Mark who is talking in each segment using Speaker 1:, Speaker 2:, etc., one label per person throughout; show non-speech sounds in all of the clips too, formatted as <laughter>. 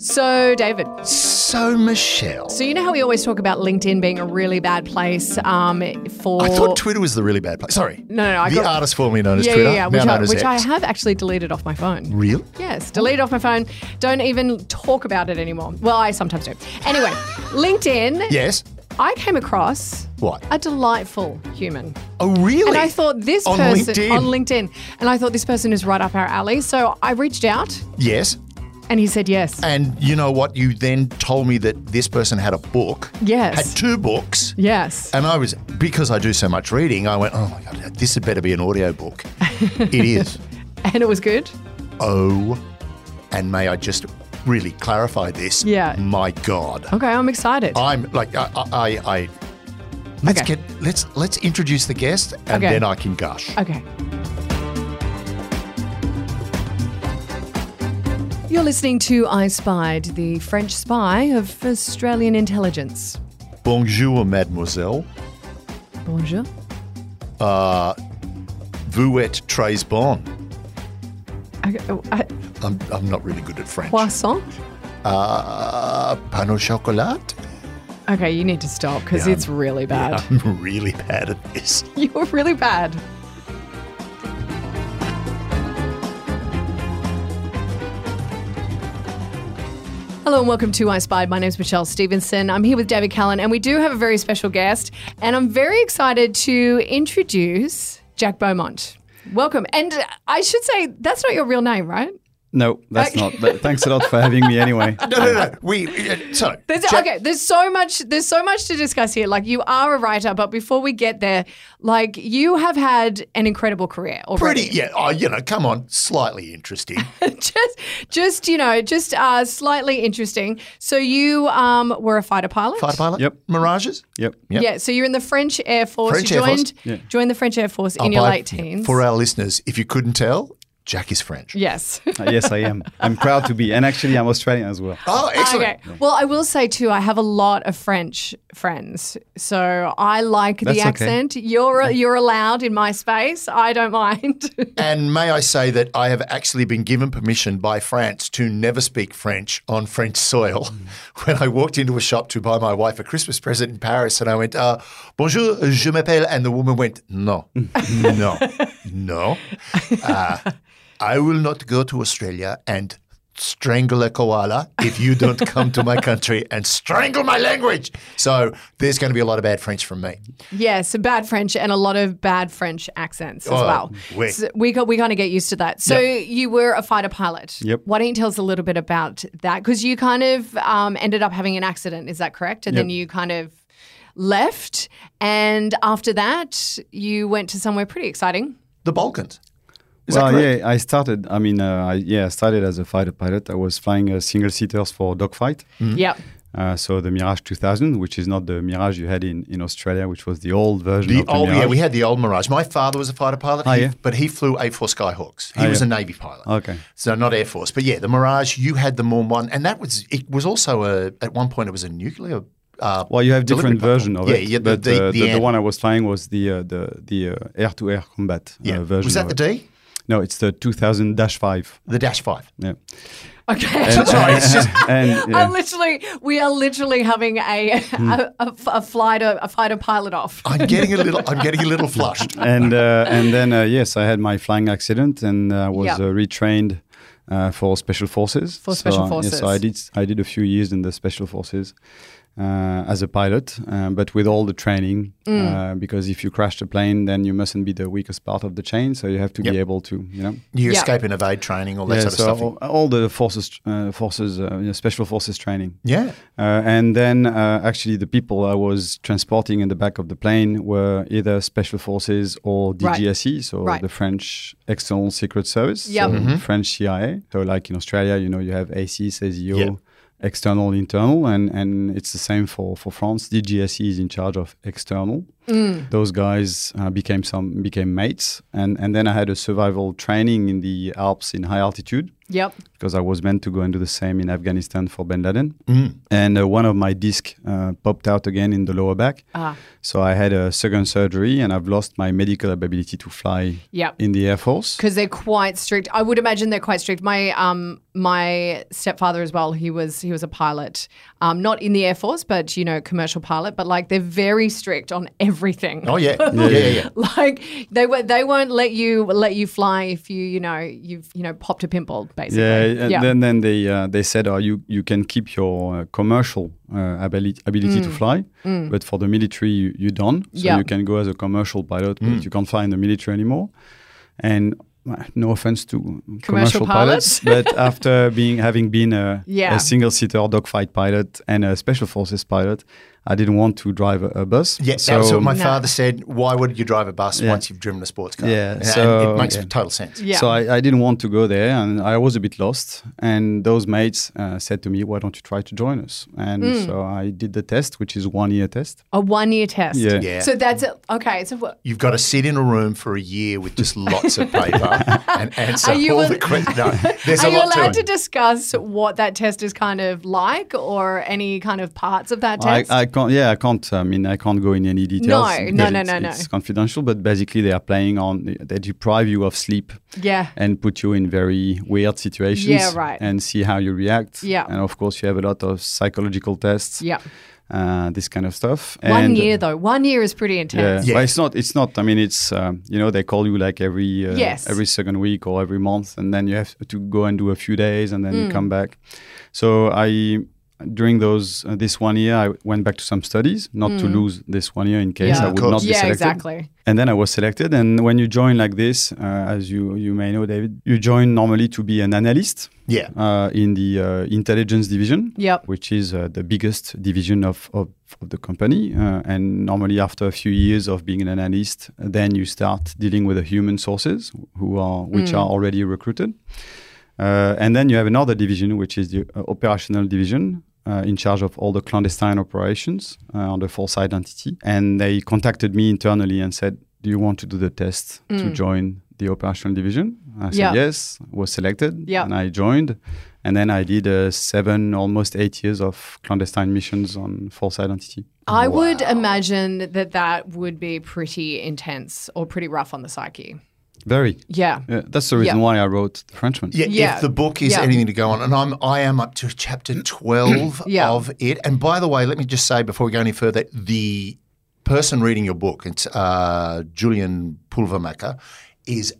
Speaker 1: So, David,
Speaker 2: So, Michelle.
Speaker 1: so you know how we always talk about LinkedIn being a really bad place um, for.
Speaker 2: I thought Twitter was the really bad place. Sorry.
Speaker 1: No, no, no, I
Speaker 2: the
Speaker 1: got-
Speaker 2: artist formerly known as
Speaker 1: yeah,
Speaker 2: Twitter,
Speaker 1: yeah, yeah,
Speaker 2: now
Speaker 1: which,
Speaker 2: known
Speaker 1: I,
Speaker 2: as
Speaker 1: which I
Speaker 2: X.
Speaker 1: have actually deleted off my phone.
Speaker 2: Really?
Speaker 1: Yes, delete off my phone. Don't even talk about it anymore. Well, I sometimes do. Anyway, LinkedIn,
Speaker 2: Yes.
Speaker 1: I came across
Speaker 2: What?
Speaker 1: a delightful human.
Speaker 2: Oh, really?
Speaker 1: And I thought this
Speaker 2: On
Speaker 1: person
Speaker 2: LinkedIn.
Speaker 1: on LinkedIn, and I thought this person is right up our alley. So I reached out
Speaker 2: Yes.
Speaker 1: and he said yes.
Speaker 2: And you know what? You then told me that this person had a book.
Speaker 1: Yes.
Speaker 2: Had two books.
Speaker 1: yes.
Speaker 2: And I was, because I do so much reading, I went, oh my God, this had better be an
Speaker 1: <laughs>
Speaker 2: audio book. it is.
Speaker 1: And it was good.
Speaker 2: Oh, and may I just really clarify this?
Speaker 1: Yeah.
Speaker 2: My God.
Speaker 1: Okay, I'm excited.
Speaker 2: I'm like, I, I, I I- let's
Speaker 1: Okay.
Speaker 2: get, let's, let's introduce the guest and
Speaker 1: Okay.
Speaker 2: then I can gush.
Speaker 1: Okay. You're listening to I Spied, the French spy of Australian intelligence.
Speaker 2: Bonjour, mademoiselle.
Speaker 1: Bonjour.
Speaker 2: Vous êtes très bon.
Speaker 1: Okay, oh, uh,
Speaker 2: I'm, I'm not really good at French.
Speaker 1: Poisson?
Speaker 2: Uh, pan au chocolat? <laughs>
Speaker 1: Okay, you need to stop because
Speaker 2: Yeah,
Speaker 1: it's really bad.
Speaker 2: I'm really bad at this.
Speaker 1: <laughs> You were really bad. Hello and welcome to I Spied. My name is Michelle Stevenson. I'm here with David Callan, and we do have a very special guest. And I'm very excited to introduce Jack Beaumont. Welcome. And I should say, that's not your real name, right?
Speaker 3: No, that's
Speaker 1: Okay.
Speaker 3: not. Th- Thanks a lot for having me anyway.
Speaker 2: No, no, no. We, uh, so.
Speaker 1: There's,
Speaker 2: Jack-
Speaker 1: okay, there's so much. There's so much to discuss here. Like you are a writer, but before we get there, like you have had an incredible career already.
Speaker 2: Pretty, yeah. Oh, you know, come on,
Speaker 1: <laughs>
Speaker 2: slightly interesting.
Speaker 1: just, just you know, just uh, slightly interesting. So you um, were a fighter pilot.
Speaker 2: Fighter pilot.
Speaker 3: Yep.
Speaker 2: Mirages.
Speaker 3: Yep.
Speaker 2: Yep.
Speaker 1: Yeah. So you're in the French Air Force.
Speaker 2: French
Speaker 1: you
Speaker 2: Air Force.
Speaker 1: joined joined the French Air Force in
Speaker 2: I'll
Speaker 1: your
Speaker 2: buy-
Speaker 1: late teens.
Speaker 2: For our listeners, if you couldn't tell, Jack is French.
Speaker 1: yes. <laughs>
Speaker 3: Uh, yes, I am. I'm proud to be. And actually, I'm Australian as well.
Speaker 2: Oh, excellent.
Speaker 1: Okay. Well, I will say too, I have a lot of French friends, so I like
Speaker 3: That's
Speaker 1: the
Speaker 3: okay.
Speaker 1: accent. You're you're allowed in my space. I don't mind. <laughs>
Speaker 2: And may I say that I have actually been given permission by France to never speak French on French soil. <laughs> When I walked into a shop to buy my wife a Christmas present in Paris, and I went, uh, "Bonjour, je m'appelle," and the woman went, "No, no, no, uh, I will not go to Australia and." Strangle a koala if you don't come to my country and strangle my language. So there's going to be a lot of bad French from me.
Speaker 1: Yes, bad French and a lot of bad French accents as
Speaker 2: Oh,
Speaker 1: well.
Speaker 2: oui.
Speaker 1: So we got we kind of get used to that. So you were a fighter pilot.
Speaker 3: Yep.
Speaker 1: Why don't you tell us a little bit about that? Because you kind of um, ended up having an accident. Is that correct? And then you kind of left, and after that, you went to somewhere pretty exciting.
Speaker 2: The Balkans.
Speaker 3: well, yeah, I started. I mean, uh, I, yeah, I started as a fighter pilot. I was flying uh, single seaters for dogfight.
Speaker 2: Mm.
Speaker 1: Yep.
Speaker 3: Uh, so the Mirage 2000, which is not the Mirage you had in, in Australia, which was the old version
Speaker 2: The
Speaker 3: of the
Speaker 2: old,
Speaker 3: Mirage.
Speaker 2: yeah, we had the old Mirage. My father was a fighter pilot,
Speaker 3: Oh,
Speaker 2: he-
Speaker 3: yeah.
Speaker 2: but he flew A4 Skyhawks. He
Speaker 3: Oh,
Speaker 2: was
Speaker 3: yeah.
Speaker 2: a Navy pilot.
Speaker 3: Okay.
Speaker 2: So not Air Force, but yeah, the Mirage. You had the Morn one, and that was it. Was also a at one point it was a nuclear. Uh,
Speaker 3: Well, you have
Speaker 2: delivery
Speaker 3: different
Speaker 2: platform.
Speaker 3: version of
Speaker 2: yeah,
Speaker 3: it.
Speaker 2: Yeah, the,
Speaker 3: but
Speaker 2: the,
Speaker 3: uh, the,
Speaker 2: Ant.
Speaker 3: one I was flying was the uh, the the uh, air-to-air combat uh,
Speaker 2: yeah.
Speaker 3: version.
Speaker 2: was that
Speaker 3: of
Speaker 2: the
Speaker 3: it.
Speaker 2: D?
Speaker 3: No, it's the 2000-5.
Speaker 2: The Dash Five.
Speaker 3: Yeah.
Speaker 1: Okay. <laughs>
Speaker 2: Sorry, it's <laughs> just
Speaker 3: <laughs> And, yeah.
Speaker 1: I'm <laughs> literally, we are literally having a <laughs> a, a, a fighter a fighter pilot off.
Speaker 2: I'm getting a little. I'm getting a
Speaker 3: <laughs>
Speaker 2: little flushed.
Speaker 3: and uh, and then uh, yes, I had my flying accident and uh, was
Speaker 1: Yeah.
Speaker 3: uh, retrained uh, for special forces.
Speaker 1: For special
Speaker 3: uh, yeah,
Speaker 1: forces.
Speaker 3: so I did I did a few years in the special forces uh, as a pilot, uh, but with all the training
Speaker 1: Mm.
Speaker 3: uh, because if you crash the plane, then you mustn't be the weakest part of the chain, so you have to
Speaker 2: Yep.
Speaker 3: be able to you know.
Speaker 2: You
Speaker 1: Yeah.
Speaker 2: escape and evade training, all that
Speaker 3: Yeah,
Speaker 2: sort of
Speaker 3: so
Speaker 2: stuff.
Speaker 3: all, all the forces, uh, forces, uh, you know, special forces training.
Speaker 2: yeah.
Speaker 3: Uh, and then uh, actually, the people I was transporting in the back of the plane were either special forces or
Speaker 1: Right.
Speaker 3: DGSE, E, so
Speaker 1: Right.
Speaker 3: the French External Secret Service,
Speaker 1: Yep. Mm-hmm.
Speaker 3: so French CIA. So, like in Australia, you know, you have AC, CESIO,
Speaker 2: Yep.
Speaker 3: E external, internal, and, and it's the same for, for France. DGSE is in charge of external.
Speaker 1: Mm.
Speaker 3: Those guys uh, became some became mates, and and then I had a survival training in the Alps in high altitude
Speaker 1: Yep.
Speaker 3: because I was meant to go and do the same in Afghanistan for Bin Laden. And uh, one of my disc uh, popped out again in the lower back.
Speaker 1: Ah.
Speaker 3: So I had a second surgery, and I've lost my medical ability to fly
Speaker 1: Yep.
Speaker 3: in the Air Force.
Speaker 1: because they're quite strict. I would imagine they're quite strict. My um my stepfather as well. He was he was a pilot, um not in the air force, but you know commercial pilot. But like they're very strict on everything.
Speaker 2: Oh yeah, yeah, yeah, yeah.
Speaker 1: <laughs> Like they were they won't let you let you fly if you you know you've you know popped a pimple basically.
Speaker 3: Yeah, and then then they uh, they said, "Oh, you you can keep your uh, commercial uh, ability ability to fly, but for the military you, you don't. So
Speaker 1: Yeah.
Speaker 3: you can go as a commercial pilot,
Speaker 2: Mm.
Speaker 3: but you can't fly in the military anymore." And uh, no offense to commercial,
Speaker 1: pilots.
Speaker 3: pilots, <laughs> but after being having been a,
Speaker 1: Yeah.
Speaker 3: a single seater dogfight pilot and a special forces pilot, I didn't want to drive a, a bus.
Speaker 2: Yeah, that's what my
Speaker 1: No.
Speaker 2: father said. Why would you drive a bus
Speaker 3: Yeah.
Speaker 2: once you've driven a sports car?
Speaker 3: Yeah,
Speaker 2: and
Speaker 3: so-
Speaker 2: it makes
Speaker 3: yeah.
Speaker 2: total sense.
Speaker 1: Yeah.
Speaker 3: So I, I didn't want to go there, and I was a bit lost. And those mates uh, said to me, "Why don't you try to join us?" And
Speaker 1: Hmm.
Speaker 3: so I did the test, which is one year test.
Speaker 1: a one year test.
Speaker 3: Yeah.
Speaker 2: Yeah.
Speaker 1: So that's it. okay. So what?
Speaker 2: You've got to sit in a room for a year with just lots of paper and
Speaker 1: <laughs>
Speaker 2: answer
Speaker 1: Are you
Speaker 2: all
Speaker 1: al-
Speaker 2: the questions. No, there's
Speaker 1: Are
Speaker 2: a
Speaker 1: you
Speaker 2: lot
Speaker 1: allowed to,
Speaker 2: to it.
Speaker 1: discuss what that test is kind of like, or any kind of parts of that
Speaker 3: I,
Speaker 1: test?
Speaker 3: I can't. Yeah, I can't. I mean, I can't go in any details.
Speaker 1: No, no,
Speaker 3: because
Speaker 1: no,
Speaker 3: it's-
Speaker 1: no, no.
Speaker 3: It's confidential. But basically, they are playing on. They deprive you of sleep
Speaker 1: yeah.
Speaker 3: and put you in very weird situations.
Speaker 1: right.
Speaker 3: And see how you react.
Speaker 1: Yeah.
Speaker 3: And of course, you have a lot of psychological tests.
Speaker 1: Yeah.
Speaker 3: Uh, this kind of stuff.
Speaker 1: One
Speaker 3: And-
Speaker 1: year though. One year is pretty
Speaker 3: Yeah.
Speaker 1: intense.
Speaker 2: Yeah.
Speaker 3: but it's not. It's not. I mean, it's um, you know they call you like every uh,
Speaker 1: Yes.
Speaker 3: every second week or every month, and then you have to go and do a few days, and then you
Speaker 1: Mm.
Speaker 3: come back. So I during those uh, this one year I went back to some studies, not to lose this one year in case
Speaker 1: Mm. Yeah.
Speaker 3: I
Speaker 1: Of
Speaker 3: would
Speaker 2: course.
Speaker 3: not be
Speaker 1: Yeah,
Speaker 3: selected.
Speaker 1: exactly.
Speaker 3: And then I was selected. And when you join like this, uh, as you you may know, David, you join normally to be an analyst
Speaker 2: Yeah.
Speaker 3: uh, in the uh, intelligence division,
Speaker 1: Yep.
Speaker 3: which is uh, the biggest division of, of, of the company. Uh, and normally, after a few years of being an analyst, then you start dealing with the human sources, who are which
Speaker 1: Mm.
Speaker 3: are already recruited. Uh, and then you have another division, which is the uh, operational division. Uh, in charge of all the clandestine operations uh, under Foresight entity. And they contacted me internally and said, Do you want to do the test to join the operational division? I said,
Speaker 1: Mm. Yeah.
Speaker 3: Yes, was selected.
Speaker 1: Yeah.
Speaker 3: And I joined. And then I did uh, seven, almost eight years of clandestine missions on false identity.
Speaker 1: I would imagine that that would be pretty intense or pretty rough on the psyche.
Speaker 3: Very.
Speaker 1: Yeah.
Speaker 3: Yeah, that's the reason
Speaker 1: Yeah.
Speaker 3: why I wrote The Frenchman.
Speaker 2: Yeah,
Speaker 1: Yeah.
Speaker 2: if the book is
Speaker 1: Yeah.
Speaker 2: anything to go on, and I'm I am up to chapter twelve
Speaker 1: <clears throat> Yeah.
Speaker 2: of it. And by the way, let me just say before we go any further, the person reading your book, it's uh, Julian Pulvermacher, is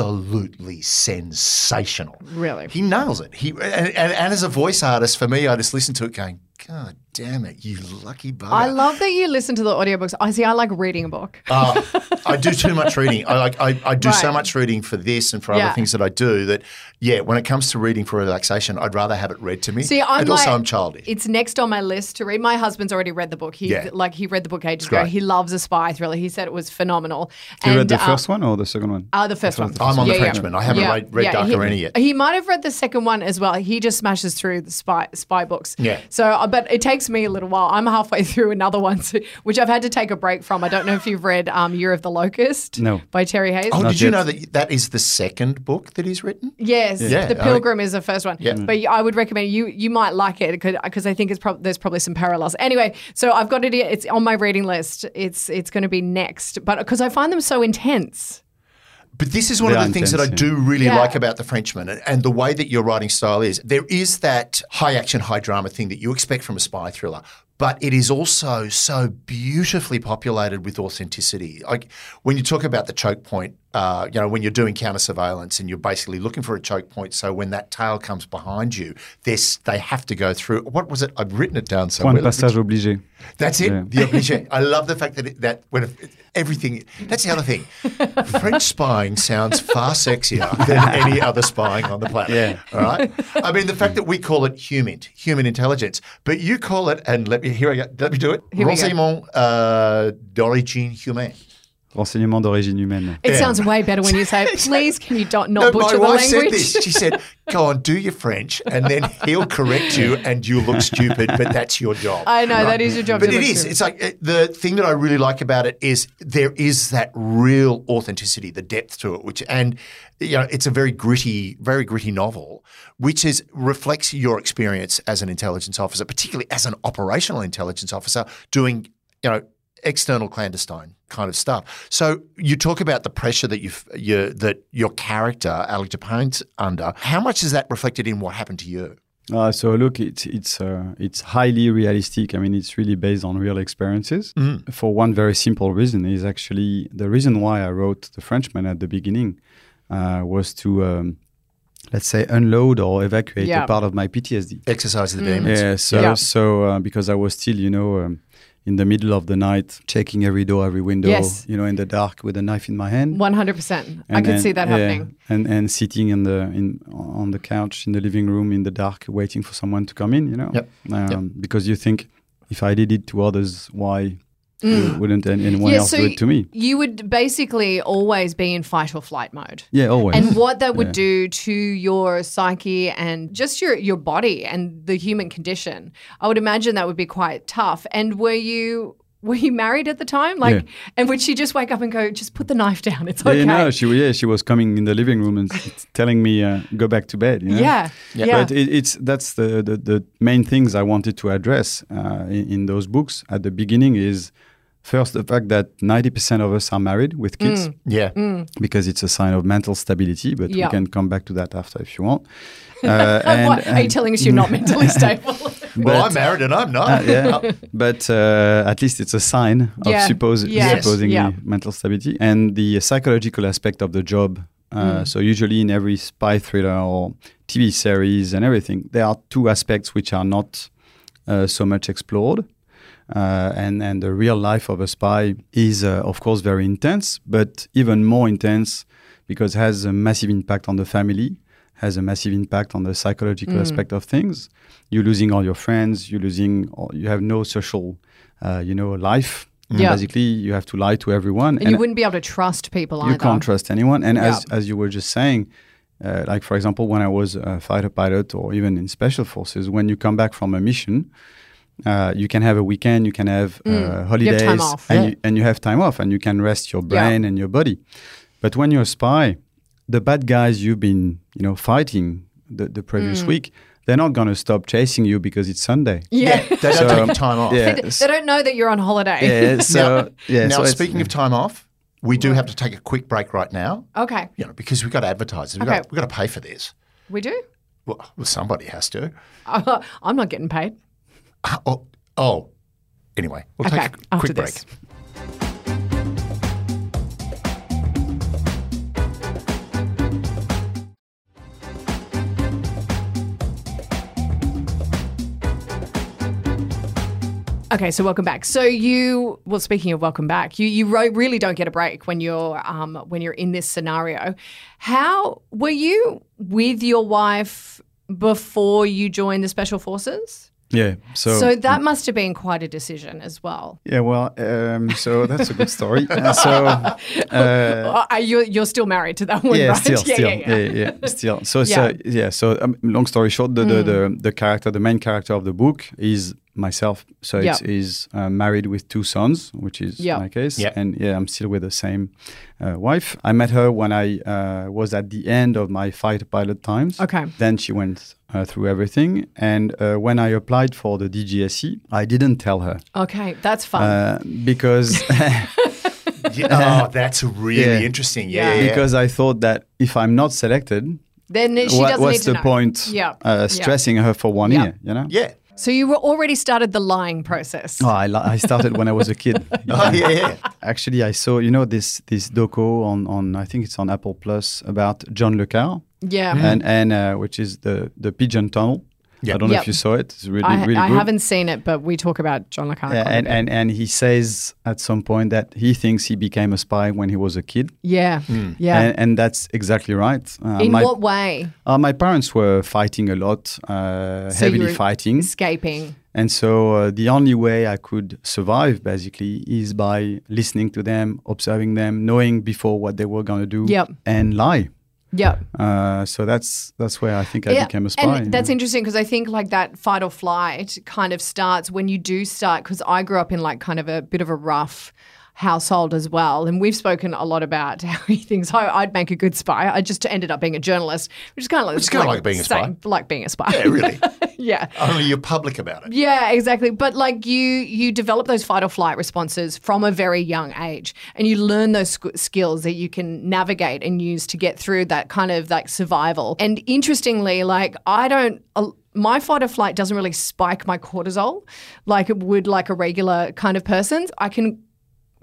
Speaker 2: absolutely sensational.
Speaker 1: Really.
Speaker 2: He nails it. He and, and, and as a voice artist, for me, I just listened to it going, God damn it, you lucky bugger.
Speaker 1: I love that you listen to the audiobooks. I see I like reading a book.
Speaker 2: Ah, I do too much reading. I like I, I do so
Speaker 1: Right.
Speaker 2: much reading for this and for
Speaker 1: Yeah.
Speaker 2: other things that I do that yeah, when it comes to reading for relaxation, I'd rather have it read to me.
Speaker 1: See, I'm
Speaker 2: and
Speaker 1: like-
Speaker 2: also I'm childish.
Speaker 1: It's next on my list to read. My husband's already read the book. He
Speaker 2: Yeah.
Speaker 1: like he read the book ages ago.
Speaker 2: great.
Speaker 1: He loves a spy thriller. He said it was phenomenal.
Speaker 3: You read the
Speaker 1: uh,
Speaker 3: first one or the second one?
Speaker 1: Uh, the first one.
Speaker 2: I'm on the Frenchman. I haven't read, read Dark
Speaker 1: he,
Speaker 2: Arena yet.
Speaker 1: He might have read the second one as well. He just smashes through the spy spy books.
Speaker 2: Yeah.
Speaker 1: So, uh, but it takes me a little while. I'm halfway <laughs> through another one, so, which I've had to take a break from. I don't know if you've read um, Year of the Locust.
Speaker 3: No.
Speaker 1: By Terry Hayes.
Speaker 2: oh, did
Speaker 3: yet.
Speaker 2: you know that that is the second book that he's written?
Speaker 1: Yes,
Speaker 2: Yeah,
Speaker 1: the
Speaker 2: I-
Speaker 1: Pilgrim is the first one.
Speaker 2: Yeah.
Speaker 1: But I would recommend you. You might like it because I think it's prob- there's probably some parallels. Anyway, so I've got it. here. It's on my reading list. It's it's going to be next, but because I find them so intense.
Speaker 2: But this is one
Speaker 3: They
Speaker 2: of
Speaker 3: are
Speaker 2: the things that I
Speaker 3: intense, yeah.
Speaker 2: do really
Speaker 1: Yeah.
Speaker 2: like about the Frenchman and, and the way that your writing style is. There is that high action, high drama thing that you expect from a spy thriller, but it is also so beautifully populated with authenticity. Like when you talk about the choke point, uh, you know, when you're doing counter surveillance and you're basically looking for a choke point, so when that tail comes behind you, this they have to go through. What was it? I've written it down somewhere.
Speaker 3: Point
Speaker 2: Let me
Speaker 3: passage obligé.
Speaker 2: that's it.
Speaker 3: Yeah.
Speaker 2: The obligé. I love the fact that it, that when it- everything. That's the other thing.
Speaker 1: <laughs>
Speaker 2: French spying sounds far sexier
Speaker 1: <laughs>
Speaker 2: than any other spying on the planet.
Speaker 3: Yeah.
Speaker 2: All right. I mean, the fact that we call it human, human intelligence, but you call it and let me here I go. Let me do it.
Speaker 1: Here we go.
Speaker 2: Renseignement uh, d'origine humaine.
Speaker 3: Renseignement d'origine humaine.
Speaker 1: It
Speaker 2: Yeah.
Speaker 1: sounds way better when you
Speaker 3: <laughs>
Speaker 1: say, please can you don't, not
Speaker 2: no, my
Speaker 1: butcher the
Speaker 2: wife
Speaker 1: language?
Speaker 2: said this. She said, "Go on, do your French, and then he'll correct you, and you'll look stupid, but that's your job."
Speaker 1: I know, that is your job.
Speaker 2: But
Speaker 1: to
Speaker 2: it
Speaker 1: look
Speaker 2: is.
Speaker 1: through.
Speaker 2: It's like uh, the thing that I really like about it is there is that real authenticity, the depth to it, which and you know it's a very gritty, very gritty novel, which is reflects your experience as an intelligence officer, particularly as an operational intelligence officer doing you know external clandestine kind of stuff. So you talk about the pressure that you've, you that your character Alec Dupont's under. How much is that reflected in what happened to you?
Speaker 3: Uh, so look, it's it's uh, it's highly realistic. I mean, it's really based on real experiences. For one very simple reason is actually the reason why I wrote the Frenchman at the beginning uh, was to um, let's say unload or evacuate
Speaker 1: Yeah.
Speaker 3: a part of my PTSD.
Speaker 2: Exercise of the
Speaker 1: Hmm.
Speaker 2: demons.
Speaker 3: Yeah, so
Speaker 1: Yeah.
Speaker 3: so uh, because I was still, you know, um, in the middle of the night, checking every door, every window,
Speaker 1: Yes.
Speaker 3: you know, in the dark with a knife in my
Speaker 1: 100%.
Speaker 3: hand.
Speaker 1: I
Speaker 3: And-
Speaker 1: could
Speaker 3: and-
Speaker 1: see that
Speaker 3: yeah,
Speaker 1: happening.
Speaker 3: And and sitting in the in on the couch in the living room in the dark, waiting for someone to come in, you know,
Speaker 2: Yep.
Speaker 3: Um, because you think if I did it to others, why wouldn't an- anyone
Speaker 1: Mm. Yeah,
Speaker 3: else
Speaker 1: so
Speaker 3: do it to me?
Speaker 1: You would basically always be in fight or flight mode.
Speaker 3: Yeah, always.
Speaker 1: And what that would do to your psyche and just your, your body and the human condition, I would imagine that would be quite tough. And were you were you married at the time? Like, and would she just wake up and go, "Just put the knife down. It's
Speaker 3: yeah,
Speaker 1: okay."
Speaker 3: no, she yeah she was coming in the living room and <laughs> s- telling me uh, go back to bed. You know?
Speaker 1: yeah, yeah,
Speaker 3: But it, it's that's the, the the main things I wanted to address uh, in, in those books at the beginning is first the fact that ninety percent of us are married with kids
Speaker 1: Mm.
Speaker 2: Yeah.
Speaker 1: Hmm.
Speaker 3: because it's a sign of mental stability. But
Speaker 1: Yeah.
Speaker 3: we can come back to that after if
Speaker 1: <laughs>
Speaker 3: you want. Uh, and-
Speaker 1: Why- are you
Speaker 3: and-
Speaker 1: telling us you're not mentally stable?
Speaker 2: Well,
Speaker 3: But- uh,
Speaker 2: I'm married and I'm
Speaker 1: <laughs>
Speaker 2: not.
Speaker 3: <laughs> yeah, but uh, at least it's a sign of
Speaker 1: Yeah.
Speaker 3: suppose,
Speaker 1: Yes.
Speaker 3: supposedly
Speaker 1: Yeah.
Speaker 3: mental stability and the psychological aspect of the job. Uh,
Speaker 1: Mm.
Speaker 3: So usually in every spy thriller or TV series and everything, there are two aspects which are not uh, so much explored. Uh, and and the real life of a spy is uh, of course very intense, but even more intense because it has a massive impact on the family, has a massive impact on the
Speaker 1: Mm.
Speaker 3: psychological aspect of things. You're losing all your friends, you're losing, all, you have no social, uh, you know, life.
Speaker 1: Yeah.
Speaker 3: Basically, you have to lie to everyone,
Speaker 1: and you wouldn't be able to trust people
Speaker 3: you
Speaker 1: either.
Speaker 3: can't trust anyone. And as
Speaker 1: Yeah.
Speaker 3: as you were just saying, uh, like for example, when I was a fighter pilot or even in special forces, when you come back from a mission, uh, you can have a weekend, you can have uh, holidays,
Speaker 1: off.
Speaker 3: and
Speaker 1: Yeah.
Speaker 3: you, and you have time off, and you can rest your brain and your body. But when you're a spy, the bad guys you've been you know fighting the, the previous week, they're not going to stop chasing you because it's Sunday.
Speaker 1: Yeah.
Speaker 2: Yeah, they don't take time off.
Speaker 3: um, Yeah.
Speaker 1: They, <laughs> they don't know that you're on holiday.
Speaker 3: Yeah,
Speaker 2: Now,
Speaker 3: so yeah,
Speaker 2: now
Speaker 3: so it's-
Speaker 2: speaking of time off, we do have to take a quick break right now,
Speaker 1: <laughs> Okay,
Speaker 2: you know, because we've got advertisers. We've,
Speaker 1: Okay.
Speaker 2: got, we've got to pay for this.
Speaker 1: we do. <laughs>
Speaker 2: Well, well, somebody has to.
Speaker 1: I'm not getting paid.
Speaker 2: Oh, oh. anyway, we'll
Speaker 1: Okay,
Speaker 2: take a
Speaker 1: after
Speaker 2: quick break.
Speaker 1: this. Okay, so welcome back. So you, well, speaking of welcome back, you you ro- really don't get a break when you're um, when you're in this scenario. How were you with your wife before you joined the special forces?
Speaker 3: yeah,
Speaker 1: So, that
Speaker 3: mm.
Speaker 1: must have been quite a decision as well.
Speaker 3: Yeah, well, um, so that's a good story. Uh, so, uh,
Speaker 1: Uh, are you you're still married to that one,
Speaker 3: yeah,
Speaker 1: right?
Speaker 3: still,
Speaker 1: <laughs> yeah,
Speaker 3: still,
Speaker 1: yeah, yeah.
Speaker 3: yeah, still.
Speaker 1: <laughs>
Speaker 3: So, so yeah, so um, long story short, the, the,
Speaker 1: Mm.
Speaker 3: the the character, the main character of the book is myself. So it's
Speaker 1: Yeah.
Speaker 3: is uh, married with two sons, which is
Speaker 1: Yeah.
Speaker 3: my case,
Speaker 2: Yeah.
Speaker 3: and yeah, I'm still with the same uh, wife. I met her when I uh, was at the end of my fighter pilot times.
Speaker 1: Okay.
Speaker 3: Then she went uh, through everything, and uh, when I applied for the DGSE, E, I didn't tell her
Speaker 1: Okay, that's fun.
Speaker 3: uh, because. <laughs>
Speaker 2: Yeah, oh, that's really
Speaker 3: Yeah.
Speaker 2: interesting.
Speaker 1: Yeah.
Speaker 2: Yeah, yeah, yeah.
Speaker 3: because I thought that if I'm not selected,
Speaker 1: then she
Speaker 3: what,
Speaker 1: doesn't need
Speaker 3: what's
Speaker 1: to
Speaker 3: the
Speaker 1: know.
Speaker 3: point
Speaker 1: Yeah, yeah.
Speaker 3: uh, stressing her for one
Speaker 1: Yeah.
Speaker 3: year? You know.
Speaker 2: yeah.
Speaker 1: So you were already started the lying process.
Speaker 3: Oh, I, li- I started when I was a
Speaker 2: <laughs>
Speaker 3: kid.
Speaker 2: Oh, yeah, yeah.
Speaker 3: Actually, I saw you know this this doco on on I think it's on Apple Plus about John Le Carre
Speaker 1: yeah,
Speaker 3: and and uh, which is the the pigeon tunnel.
Speaker 2: Yeah.
Speaker 3: I don't know
Speaker 1: Yep.
Speaker 3: if you saw it. It's really
Speaker 1: I, ha-
Speaker 3: really
Speaker 1: I
Speaker 3: good.
Speaker 1: haven't seen it, but we talk about John Le Carre.
Speaker 3: Yeah,
Speaker 1: quite a
Speaker 3: and,
Speaker 1: bit.
Speaker 3: and and he says at some point that he thinks he became a spy when he was a kid,
Speaker 1: yeah, yeah.
Speaker 3: Hmm. and, and that's exactly right. Uh,
Speaker 1: In
Speaker 3: my-
Speaker 1: what way?
Speaker 3: Uh, my parents were fighting a lot, uh,
Speaker 1: So you
Speaker 3: heavily
Speaker 1: were
Speaker 3: fighting.
Speaker 1: Escaping.
Speaker 3: And so uh, the only way I could survive basically is by listening to them, observing them, knowing before what they were going to do,
Speaker 1: Yep.
Speaker 3: and lie.
Speaker 1: Yeah.
Speaker 3: Uh, so that's that's where I think I became a spy.
Speaker 1: And that's
Speaker 3: yeah.
Speaker 1: interesting because I think like that fight or flight kind of starts when you do start. Because I grew up in like kind of a bit of a rough household as well, and we've spoken a lot about <laughs> how he thinks oh, I'd make a good spy. I just ended up being a journalist, which is kind of like,
Speaker 2: is kinda like being a spy.
Speaker 1: same- like being a spy.
Speaker 2: Yeah, really.
Speaker 1: <laughs> yeah.
Speaker 2: Only you're public about it.
Speaker 1: Yeah, exactly. But like you, you develop those fight or flight responses from a very young age, and you learn those sc- skills that you can navigate and use to get through that kind of like survival. And interestingly, like I don't. Uh, my fight or flight doesn't really spike my cortisol like it would like a regular kind of person's. I can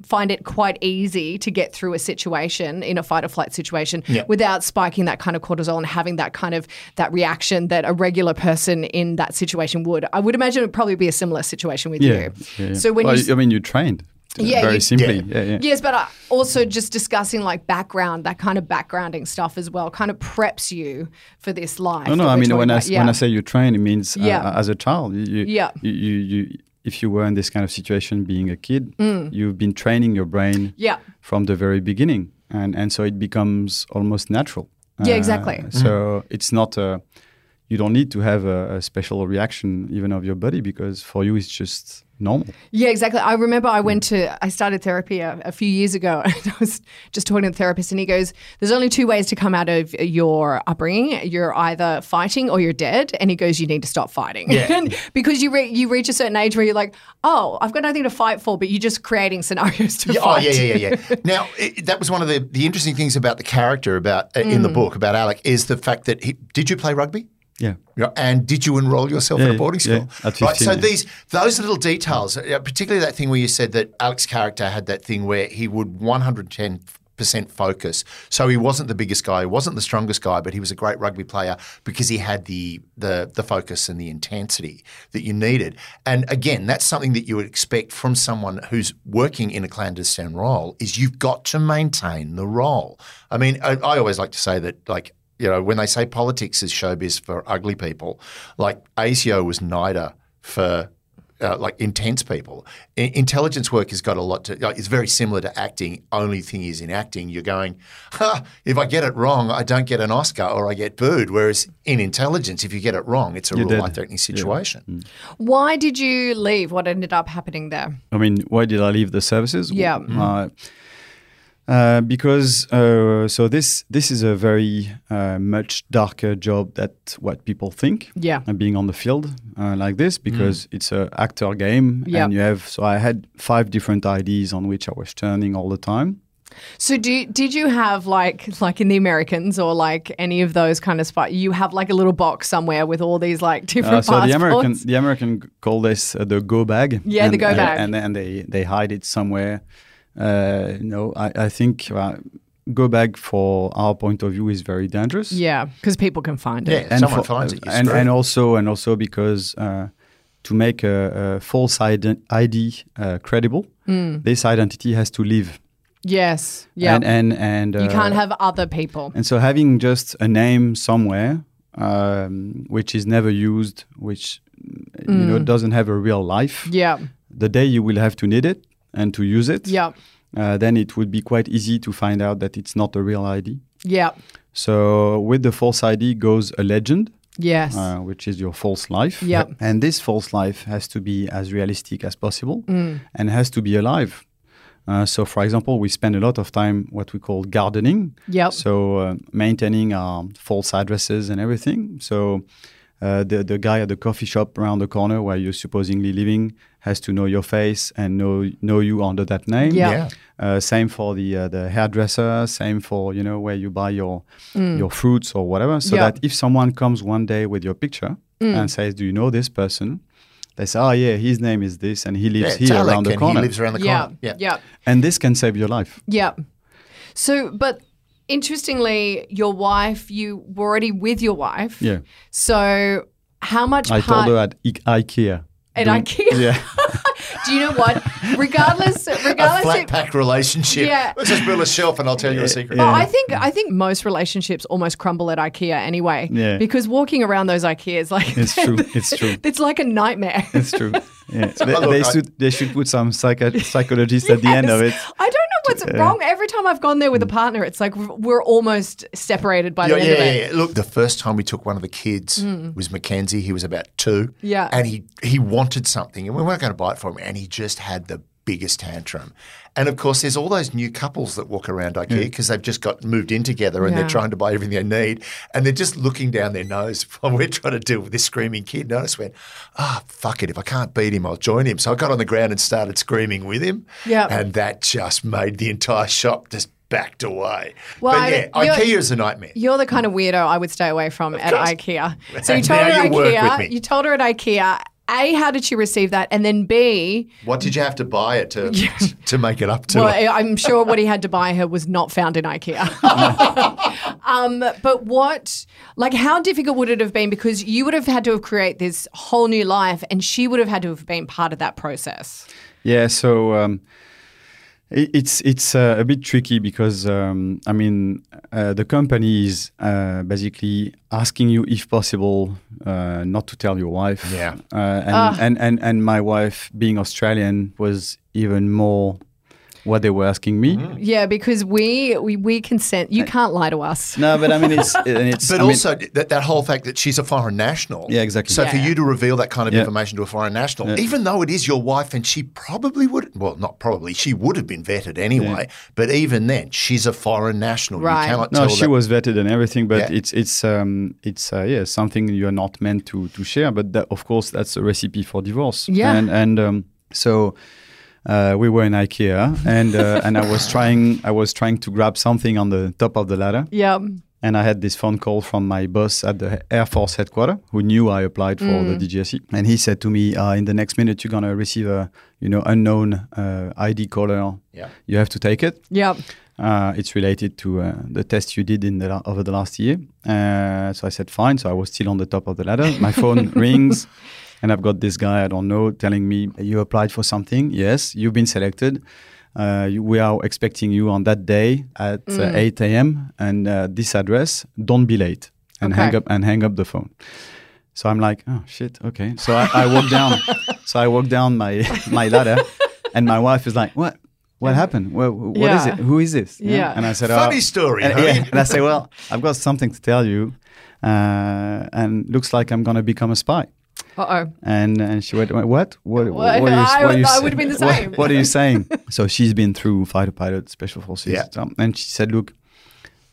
Speaker 1: find it quite easy to get through a situation in a fight or flight situation without spiking that kind of cortisol and having that kind of that reaction that a regular person in that situation would. I would imagine it would probably be a similar situation with
Speaker 3: Yeah,
Speaker 1: you.
Speaker 3: yeah, yeah.
Speaker 1: So when
Speaker 3: Well,
Speaker 1: you
Speaker 3: I mean, you trained uh,
Speaker 1: Yeah,
Speaker 3: very
Speaker 1: you-
Speaker 3: simply. Yeah, yeah.
Speaker 1: Yes, but uh, also just discussing like background, that kind of backgrounding stuff as well, kind of preps you for this life.
Speaker 3: No,
Speaker 1: that
Speaker 3: no.
Speaker 1: we're
Speaker 3: I mean,
Speaker 1: talking
Speaker 3: when I
Speaker 1: about.
Speaker 3: s-
Speaker 1: yeah.
Speaker 3: when I say you train, it means uh,
Speaker 1: Yeah.
Speaker 3: as a child. You, you,
Speaker 1: Yeah.
Speaker 3: You, you, you, if you were in this kind of situation, being a kid, you've been training your brain.
Speaker 1: Mm. Yeah.
Speaker 3: From the very beginning, and and so it becomes almost natural. Uh,
Speaker 1: Yeah, exactly.
Speaker 3: So it's not a. You don't need to have a, a special reaction even of your body because for you it's just normal.
Speaker 1: Yeah, exactly. I remember I went to, I started therapy a, a few years ago, <laughs> and I was just talking to the therapist, and he goes, There's only two ways to come out of your upbringing. You're either fighting or you're dead. And he goes, You need to stop fighting. <laughs> and because you, re- you reach a certain age where you're like, Oh, I've got nothing to fight for, but you're just creating scenarios to
Speaker 2: Yeah, oh,
Speaker 1: fight.
Speaker 2: yeah, yeah, yeah, yeah. now, it, that was one of the, the interesting things about the character about uh,
Speaker 1: Mm.
Speaker 2: in the book about Alec is the fact that he did you play rugby?
Speaker 3: Yeah.
Speaker 2: Yeah, and did you enroll yourself in
Speaker 3: Yeah,
Speaker 2: a boarding
Speaker 3: yeah,
Speaker 2: school?
Speaker 3: at
Speaker 2: right. So
Speaker 3: 15, yeah.
Speaker 2: these those little details, uh, particularly that thing where you said that Alex's character had that thing where he would 110 percent focus. So he wasn't the biggest guy, he wasn't the strongest guy, but he was a great rugby player because he had the the the focus and the intensity that you needed. And again, that's something that you would expect from someone who's working in a clandestine role is you've got to maintain the role. I mean, I, I always like to say that like you know, when they say politics is showbiz for ugly people, like ACO was NIDA for uh, like intense people. I- intelligence work has got a lot to. Like, it's very similar to acting. Only thing is in acting, you're going, ha, if I get it wrong, I don't get an Oscar or I get booed. Whereas in intelligence, if you get it wrong, it's a real
Speaker 3: dead. Mm.
Speaker 2: life threatening situation.
Speaker 1: Why did you leave? What ended up happening there?
Speaker 3: I mean, why did I leave the services?
Speaker 1: Yeah.
Speaker 3: Uh, uh, because uh, so this this is a very uh, much darker job that what people think.
Speaker 1: Yeah.
Speaker 3: uh, being on the field uh, like this because it's a actor game
Speaker 1: Yeah.
Speaker 3: and you have so I had five different IDs on which I was turning all the time.
Speaker 1: So do did you have like like in the Americans or like any of those kind of spot? You have like a little box somewhere with all these like different
Speaker 3: Uh, so
Speaker 1: passports.
Speaker 3: the American the American call this uh, the go bag.
Speaker 1: Yeah, the
Speaker 3: And-
Speaker 1: go
Speaker 3: and-
Speaker 1: bag.
Speaker 3: And then they they hide it somewhere. Uh, no, I I think. Uh, Go bag for our point of view is very dangerous.
Speaker 1: Yeah, because people can find it.
Speaker 2: Yeah, someone
Speaker 3: for- uh,
Speaker 2: finds it. you
Speaker 3: and,
Speaker 2: screw.
Speaker 3: and also and also because uh, to make a, a false ident- ID uh, credible, this identity has to live.
Speaker 1: Yes. Hmm. Yeah.
Speaker 3: And and and
Speaker 1: you
Speaker 3: uh,
Speaker 1: can't have other people.
Speaker 3: And so having just a name somewhere, um, which is never used, which you know doesn't have a real life,
Speaker 1: Hmm. Yeah.
Speaker 3: the day you will have to need it and to use it,
Speaker 1: Yeah.
Speaker 3: uh, then it would be quite easy to find out that it's not a real ID.
Speaker 1: Yeah.
Speaker 3: So with the false ID goes a legend,
Speaker 1: Yes.
Speaker 3: uh, which is your false life.
Speaker 1: Yep.
Speaker 3: And this false life has to be as realistic as possible
Speaker 1: Mm.
Speaker 3: and has to be alive. Uh, so, for example, we spend a lot of time what we call gardening.
Speaker 1: Yep.
Speaker 3: So, uh, maintaining our false addresses and everything. So, uh, the, the guy at the coffee shop around the corner where you're supposedly living has to know your face and know know you under that name.
Speaker 1: Yeah.
Speaker 2: Yeah.
Speaker 3: Uh, same for the uh, the hairdresser. Same for you know where you buy your your fruits or whatever. So
Speaker 1: Mm. Yeah. Mm.
Speaker 3: that if someone comes one day with your picture and says, "Do you know this person?" They say, "Oh yeah, his name is this, and he
Speaker 2: yeah,
Speaker 3: lives
Speaker 2: it's
Speaker 3: here
Speaker 2: Alec
Speaker 3: around the
Speaker 2: and
Speaker 3: corner."
Speaker 2: He lives around the
Speaker 1: yeah.
Speaker 3: oh,
Speaker 2: corner.
Speaker 1: Yeah.
Speaker 2: Yeah.
Speaker 1: Yeah.
Speaker 3: and this can save your life.
Speaker 1: Yeah. So, but interestingly, your wife, you were already with your wife.
Speaker 3: Yeah,
Speaker 1: So, how much
Speaker 3: I
Speaker 1: part
Speaker 3: told her at I- E IKEA.
Speaker 1: at E
Speaker 3: Doing-
Speaker 1: IKEA?
Speaker 3: Yeah,
Speaker 1: <laughs>
Speaker 3: <laughs>
Speaker 1: Do you know what? Regardless,
Speaker 2: a
Speaker 1: regardless.
Speaker 2: flat
Speaker 1: if-
Speaker 2: pack relationship.
Speaker 1: Yeah.
Speaker 2: Let's just build a shelf and I'll tell you a secret.
Speaker 1: Oh, I think I think most relationships almost crumble at IKEA anyway.
Speaker 3: Yeah.
Speaker 1: Because walking around those IKEAs, like
Speaker 3: It's
Speaker 1: <laughs>
Speaker 3: true. It's true.
Speaker 1: It's like a nightmare.
Speaker 3: <laughs> It's true. Yeah. they,
Speaker 2: look,
Speaker 3: they
Speaker 2: I-
Speaker 3: should, they should put some psychi- psychologists at the end of it.
Speaker 1: Yes. I don't know what's wrong. Every time I've gone there with a partner, it's like we're- we're almost separated by
Speaker 2: Yeah,
Speaker 1: the end
Speaker 2: yeah,
Speaker 1: of it. Hmm.
Speaker 2: yeah, yeah. Look, the first time we took one of the kids was Mackenzie. He was about two.
Speaker 1: Yeah.
Speaker 2: And he, he wanted something and we weren't going to buy it for him. And he just had the biggest tantrum. And of course, there's all those new couples that walk around IKEA because they've just got moved in together and
Speaker 1: Yeah.
Speaker 2: they're trying to buy everything they need. And they're just looking down their nose <laughs> while we're trying to deal with this screaming kid. And I just went, ah, fuck it. If I can't beat him, I'll join him. So I got on the ground and started screaming with him.
Speaker 1: Yeah.
Speaker 2: And that just made the entire shop just backed away.
Speaker 1: Well, I-
Speaker 2: but yeah,
Speaker 1: you're-
Speaker 2: IKEA is a nightmare.
Speaker 1: You're the kind of weirdo I would stay away from at
Speaker 2: course. <laughs>
Speaker 1: IKEA. So you
Speaker 2: Now
Speaker 1: told her
Speaker 2: you work with
Speaker 1: IKEA.
Speaker 2: me.
Speaker 1: You told her at IKEA. A, how did she receive that? And then B,
Speaker 2: What did you have to buy it to to make it up to?
Speaker 1: well,
Speaker 2: her?
Speaker 1: I- I'm sure what he had to buy her was not found in IKEA. <laughs> um, but what, like, how difficult would it have been? Because you would have had to have create this whole new life, and she would have had to have been part of that process.
Speaker 3: Yeah, so um, i- it's it's uh, a bit tricky because um, I mean uh, the company is uh, basically asking you if possible uh, not to tell your wife.
Speaker 2: Yeah.
Speaker 3: uh, and, and and and my wife being Australian was even more what they were asking me.
Speaker 2: Mm.
Speaker 1: Yeah, because we we, we consent. You can't lie to us.
Speaker 3: No, but I mean
Speaker 2: <laughs>
Speaker 3: it's and it's
Speaker 2: but
Speaker 3: I mean-
Speaker 2: also that, that whole fact that she's a foreign national.
Speaker 3: Yeah, exactly.
Speaker 2: So for
Speaker 1: Yeah.
Speaker 2: you to reveal that kind of
Speaker 3: Yeah.
Speaker 2: information to a foreign national, even though it is your wife, and she probably would well, not probably, she would have been vetted anyway. But even then, she's a foreign national.
Speaker 1: Right.
Speaker 2: You cannot
Speaker 3: No,
Speaker 2: tell
Speaker 3: she
Speaker 2: that.
Speaker 3: was vetted and everything, but
Speaker 2: Yeah.
Speaker 3: it's it's um, it's uh, yeah something you're not meant to to share. But that, of course, that's a recipe for divorce.
Speaker 1: Yeah.
Speaker 3: and and um, so. Uh, we were in IKEA, and uh, and I was trying I was trying to grab something on the top of the ladder,
Speaker 1: Yeah.
Speaker 3: and I had this phone call from my boss at the Air Force headquarters, who knew I applied for
Speaker 2: Mm.
Speaker 3: the DGSE, E. and he said to me, uh, "In the next minute, you're gonna receive a you know unknown uh, ID caller.
Speaker 2: Yeah.
Speaker 3: You have to take it."
Speaker 1: Yeah.
Speaker 3: Uh, it's related to uh, the test you did in the la- over the last year. Uh, so I said, fine. So I was still on the top of the ladder. My phone
Speaker 1: <laughs>
Speaker 3: rings, and I've got this guy I don't know telling me you applied for something. Yes, you've been selected. Uh, you, we are expecting you on that day at
Speaker 1: Mm.
Speaker 3: uh, 8 a.m. and uh, this address. Don't be late. And hang
Speaker 1: Okay.
Speaker 3: up and hang up the phone. So I'm like, oh shit, okay. So I, I
Speaker 1: <laughs>
Speaker 3: walk down, so I walk down my my ladder, and my wife is like, what? What happened? What, what is
Speaker 1: Yeah.
Speaker 3: it? Who is this? you know?
Speaker 1: Yeah.
Speaker 3: And I said,
Speaker 2: Funny
Speaker 3: "Oh."
Speaker 2: story,
Speaker 3: And,
Speaker 2: huh?
Speaker 3: yeah. and I say, well, I've got something to tell you, uh, and looks like I'm gonna become a spy.
Speaker 1: Uh oh.
Speaker 3: And and she went, what? What? What,
Speaker 1: Well, I would- I would've been the
Speaker 3: what-
Speaker 1: same. <laughs>
Speaker 3: What, are you saying? so she's been through fighter pilot, special forces,
Speaker 2: Yeah.
Speaker 3: um, and she said, look,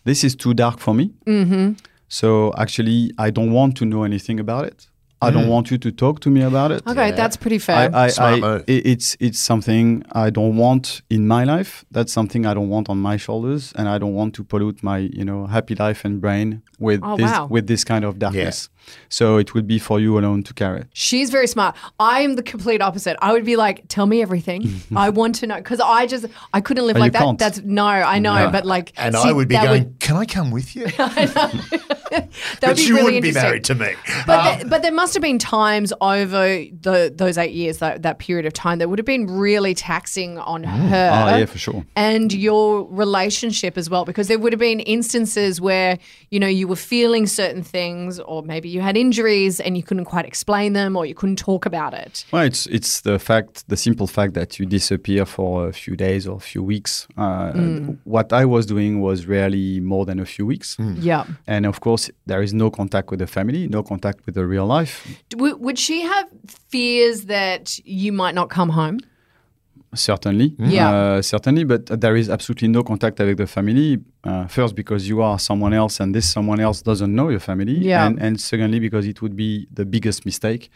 Speaker 3: this is too dark for me.
Speaker 1: Mm-hmm.
Speaker 3: So actually, I don't want to know anything about it. I
Speaker 2: Mm-hmm.
Speaker 3: don't want you to talk to me about it.
Speaker 1: Okay, that's pretty fair.
Speaker 3: I, I,
Speaker 2: Smart
Speaker 3: I-
Speaker 2: move.
Speaker 3: i- it's it's something I don't want in my life. That's something I don't want on my shoulders, and I don't want to pollute my you know happy life and brain with
Speaker 1: Oh,
Speaker 3: this
Speaker 1: wow.
Speaker 3: with this kind of darkness. So it would be for you alone to carry. it.
Speaker 1: She's very smart. I am the complete opposite. I would be like, tell me everything.
Speaker 2: <laughs>
Speaker 1: I want to know because I just I couldn't live
Speaker 3: But
Speaker 1: like
Speaker 3: you
Speaker 1: that.
Speaker 3: can't.
Speaker 1: That's no, I know, but like,
Speaker 2: and
Speaker 1: see,
Speaker 2: I would be
Speaker 1: that
Speaker 2: going, Can I come
Speaker 1: <laughs>
Speaker 2: with you?
Speaker 1: that would
Speaker 2: but
Speaker 1: be
Speaker 2: you
Speaker 1: really
Speaker 2: wouldn't be
Speaker 1: interesting.
Speaker 2: married to me.
Speaker 1: But, there, but there must have been times over the, those eight years, that, that period of time, that would have been really taxing on
Speaker 2: Mm. Oh,
Speaker 1: her.
Speaker 3: Ah, yeah, for sure.
Speaker 1: and your relationship as well because there would have been instances where you know you were feeling certain things or maybe you had injuries and you couldn't quite explain them or you couldn't talk about it
Speaker 3: Well, it's it's the fact, the simple fact that you disappear for a few days or a few weeks. Uh,
Speaker 1: Hmm.
Speaker 3: What I was doing was rarely more than a few weeks.
Speaker 2: Hmm.
Speaker 1: yeah
Speaker 3: And of course, there is no contact with the family, no contact with the real life.
Speaker 1: w- would she have fears that you might not come home
Speaker 3: Certainly,
Speaker 1: Yeah.
Speaker 3: uh, certainly, but there is absolutely no contact with the family. Uh, first, because you are someone else, and this someone else doesn't know your family.
Speaker 1: Yeah.
Speaker 3: And, and secondly, because it would be the biggest mistake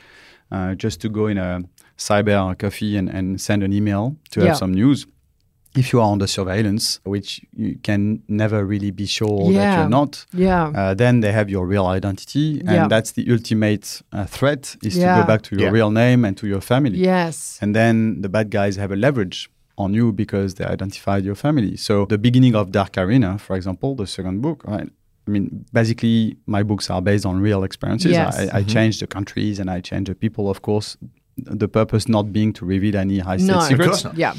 Speaker 3: uh, just to go in a cyber coffee and, and send an email to
Speaker 1: Yeah.
Speaker 3: have some news. If you are under surveillance, which you can never really be sure that
Speaker 1: Yeah.
Speaker 3: you're not,
Speaker 1: yeah
Speaker 3: uh, then they have your real identity, and
Speaker 1: Yeah.
Speaker 3: that's the ultimate uh, threat: is to
Speaker 1: Yeah.
Speaker 3: go back to your
Speaker 2: Yeah.
Speaker 3: real name and to your family.
Speaker 1: yes
Speaker 3: And then the bad guys have a leverage on you because they identified your family. So the beginning of Dark Arena, for example, the second book, right? I mean, basically, my books are based on real experiences.
Speaker 1: Yes.
Speaker 3: I, I change the countries and I change the people, of course. the purpose not being to reveal any high state
Speaker 1: No. Of
Speaker 3: secrets.
Speaker 2: course not.
Speaker 1: Yeah.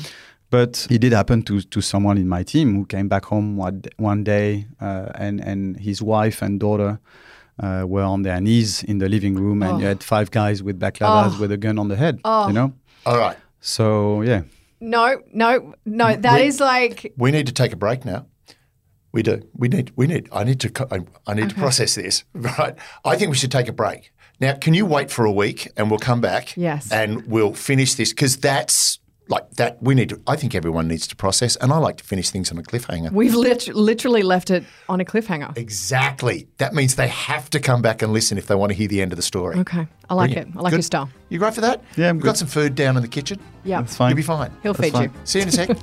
Speaker 3: But it did happen to, to someone in my team who came back home one, d- one day uh, and, and his wife and daughter uh, were on their knees in the living room
Speaker 1: Oh.
Speaker 3: and you had five guys with baklavas with a gun on the head, you know?
Speaker 2: All right.
Speaker 3: So, yeah.
Speaker 1: No, no, no. That
Speaker 2: We-
Speaker 1: is like
Speaker 2: We need to take a break now. We do. We need. We need. I need to. co- I, I need to process this. <laughs> Right. I think we should take a break now. Can you wait for a week and we'll come back?
Speaker 1: Yes.
Speaker 2: And we'll finish this because that's like that. We need to. I think everyone needs to process, and I like to finish things on a cliffhanger.
Speaker 1: we've lit- literally left it on a cliffhanger.
Speaker 2: exactly. That means they have to come back and listen if they want to hear the end of the story.
Speaker 1: Okay. I like it. I
Speaker 2: Brilliant.
Speaker 1: like
Speaker 2: Good.
Speaker 1: your style.
Speaker 2: You right for that?
Speaker 3: Yeah, I'm
Speaker 2: We've got some
Speaker 3: good.
Speaker 2: food down in the kitchen.
Speaker 1: Yeah.
Speaker 3: That's fine.
Speaker 2: You'll be fine.
Speaker 1: He'll feed
Speaker 3: fine.
Speaker 1: you. <laughs>
Speaker 2: See you in a sec.